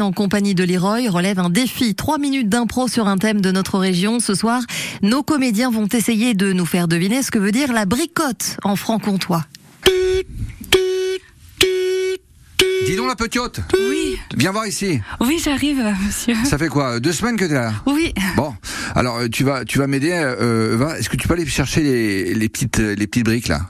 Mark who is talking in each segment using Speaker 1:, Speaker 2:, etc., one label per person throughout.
Speaker 1: en compagnie de Leroy relève un défi. Trois minutes d'impro sur un thème de notre région. Ce soir, nos comédiens vont essayer de nous faire deviner ce que veut dire la bricotte en franc-comtois.
Speaker 2: Dis donc la petite,
Speaker 3: Oui,
Speaker 2: viens voir ici.
Speaker 3: oui, j'arrive, euh, monsieur.
Speaker 2: Ça fait quoi Deux semaines que t'es là
Speaker 3: Oui,
Speaker 2: Bon, alors euh, tu vas, tu vas m'aider. euh, Eva. Est-ce que tu peux aller chercher les, les petites, euh, les petites briques là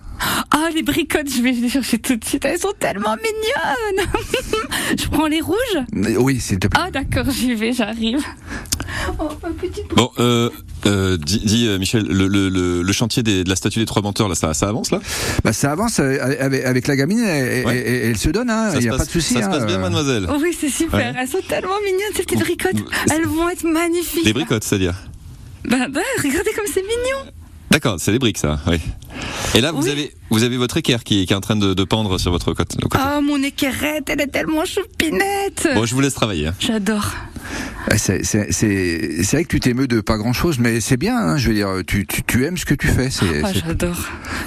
Speaker 3: ah, les bricottes, je vais les chercher tout de suite. Elles sont tellement mignonnes. je prends les rouges.
Speaker 2: Mais Oui, s'il te plaît.
Speaker 3: Ah, d'accord, j'y vais, j'arrive. Oh, ma petite.
Speaker 4: Bon, euh, euh, dis, dis, euh, Michel, le, le, le, le chantier des, de la statue des trois menteurs, là, ça, ça avance là
Speaker 2: Bah ça avance euh, avec, avec la gamine. Elle,
Speaker 4: Ouais.
Speaker 2: elle- elle- elle se donne. hein,
Speaker 4: Ça
Speaker 2: Il
Speaker 4: se
Speaker 2: n'y a
Speaker 4: passe-
Speaker 2: pas de souci.
Speaker 4: Ça se
Speaker 2: hein,
Speaker 4: passe bien,
Speaker 2: euh.
Speaker 4: mademoiselle.
Speaker 3: Oh, oui, c'est super.
Speaker 4: Ouais.
Speaker 3: Elles sont tellement mignonnes, ces petites bricottes.
Speaker 4: c'est-
Speaker 3: Elles vont être magnifiques.
Speaker 4: Des bricottes, c'est-à-dire
Speaker 3: Ben, ben, regardez comme c'est mignon.
Speaker 4: D'accord, c'est des briques, ça. Oui. Et là, vous
Speaker 3: Oui.
Speaker 4: avez, vous avez votre équerre qui, qui est en train de, de pendre sur votre côte. le côté.
Speaker 3: Oh, mon équerrette, elle est tellement choupinette.
Speaker 4: Bon, je vous laisse travailler. hein.
Speaker 3: J'adore.
Speaker 2: Ah, C'est c'est- c'est- c'est vrai que tu t'émeus de pas grand chose, mais c'est bien. hein, je veux dire, tu, tu, tu aimes ce que tu fais. C'est
Speaker 3: Oh,
Speaker 2: c'est-
Speaker 3: j'adore.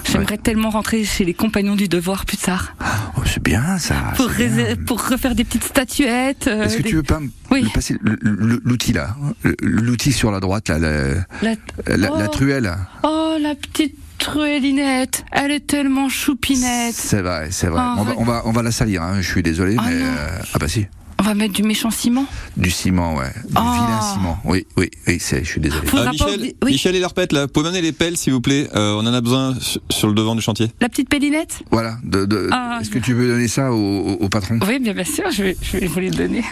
Speaker 3: J'aimerais tellement rentrer chez les compagnons du devoir plus tard.
Speaker 2: oh, c'est bien ça.
Speaker 3: Pour,
Speaker 2: c'est bien.
Speaker 3: rés- pour refaire des petites statuettes. euh,
Speaker 2: Est-ce que
Speaker 3: des-
Speaker 2: tu veux pas me
Speaker 3: Oui.
Speaker 2: me passer le- le- l'outil là, hein, le- l'outil sur la droite là, la,
Speaker 3: La-
Speaker 2: la- la
Speaker 3: Oh.
Speaker 2: truelle.
Speaker 3: Oh, la petite truellinette. Elle est tellement choupinette.
Speaker 2: C'est vrai, c'est vrai.
Speaker 3: Ah,
Speaker 2: on, va,
Speaker 3: ouais.
Speaker 2: on, va, on va la salir, hein, je suis désolé,
Speaker 3: Ah,
Speaker 2: mais.
Speaker 3: non.
Speaker 2: euh, ah bah si,
Speaker 3: On va mettre du méchant ciment.
Speaker 2: du ciment, ouais. Du
Speaker 3: Ah.
Speaker 2: vilain ciment. Oui, oui, oui, c'est- je suis désolé.
Speaker 3: Faudra
Speaker 4: Ah,
Speaker 3: pas
Speaker 4: Michel,
Speaker 3: oublier- oui.
Speaker 4: Michel et l'orpette, là, vous pouvez m'amener les pelles, s'il vous plaît. Euh, on en a besoin su- sur le devant du chantier.
Speaker 3: La petite pélinette
Speaker 2: Voilà, de, de-
Speaker 3: Ah.
Speaker 2: est-ce que tu peux donner ça au, au- au patron
Speaker 3: Oui, bien, bien sûr, je vais, je vais vous les donner.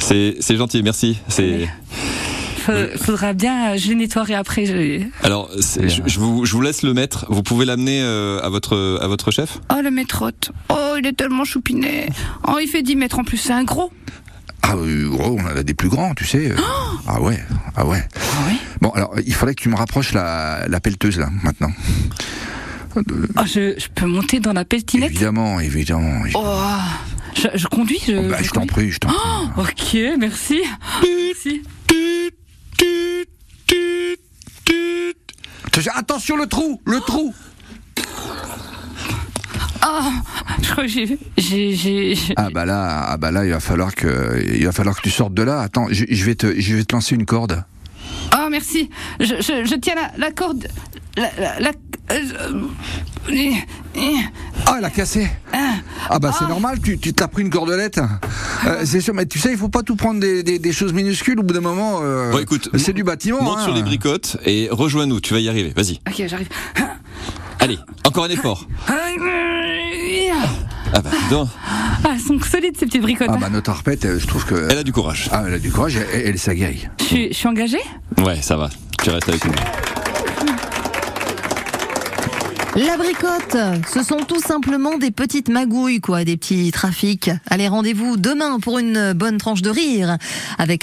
Speaker 4: C'est c'est gentil, merci. C'est.
Speaker 3: Fa- Faudra bien, euh, je les nettoierai après. je-
Speaker 4: Alors, c'est- je, je vous, je vous laisse le mettre. Vous pouvez l'amener euh, à votre à votre chef.
Speaker 3: Oh, le maîtrote. Oh, il est tellement choupinet. Oh, il fait 10 mètres en plus, c'est un gros.
Speaker 2: Ah, oui, gros, on en a des plus grands, tu sais. euh. ah ouais, ah ouais.
Speaker 3: Oh. oui
Speaker 2: Bon, alors, il faudrait que tu me rapproches la, la pelleteuse là, maintenant.
Speaker 3: Oh, je, je peux monter dans la pelletinette
Speaker 2: Évidemment, évidemment.
Speaker 3: Oh, euh, je, je conduis je, Oh,
Speaker 2: Bah,
Speaker 3: je
Speaker 2: je t'en
Speaker 3: conduis.
Speaker 2: prie, je t'en prie.
Speaker 3: Ok, merci. Merci.
Speaker 2: Attention, le trou,
Speaker 3: Oh.
Speaker 2: le trou
Speaker 3: Ah, Je crois que j'ai- j'ai- j'ai- j'ai-
Speaker 2: Ah bah là, ah bah là, il va falloir que, il va falloir que tu sortes de là. Attends, je, je vais te, je vais te lancer une corde.
Speaker 3: Oh, merci. Je, je, je tiens la, la corde. La. la, la- euh, je- euh,
Speaker 2: Ah, elle a cassé. Ah bah c'est normal, tu, tu t'as pris une cordelette. Euh, c'est sûr, mais tu sais, il faut pas tout prendre des, des, des choses minuscules. Au bout d'un moment, euh,
Speaker 4: Bon, écoute,
Speaker 2: c'est
Speaker 4: mon-
Speaker 2: du bâtiment.
Speaker 4: Monte
Speaker 2: hein.
Speaker 4: sur les bricottes et rejoins-nous. Tu vas y arriver. Vas-y.
Speaker 3: ok, j'arrive.
Speaker 4: Allez, encore un effort.
Speaker 3: Ah,
Speaker 4: Ah bah, dis donc,
Speaker 3: elles sont solides ces petites bricottes.
Speaker 2: Ah bah notre arpette, euh, je trouve que.
Speaker 4: elle a du courage.
Speaker 2: Ah, elle a du courage, elle, elle s'aguerrit.
Speaker 3: je, suis- je suis engagée
Speaker 4: Ouais, ça va. Tu restes avec nous.
Speaker 1: La bricotte, ce sont tout simplement des petites magouilles, quoi, des petits trafics. Allez, rendez-vous demain pour une bonne tranche de rire avec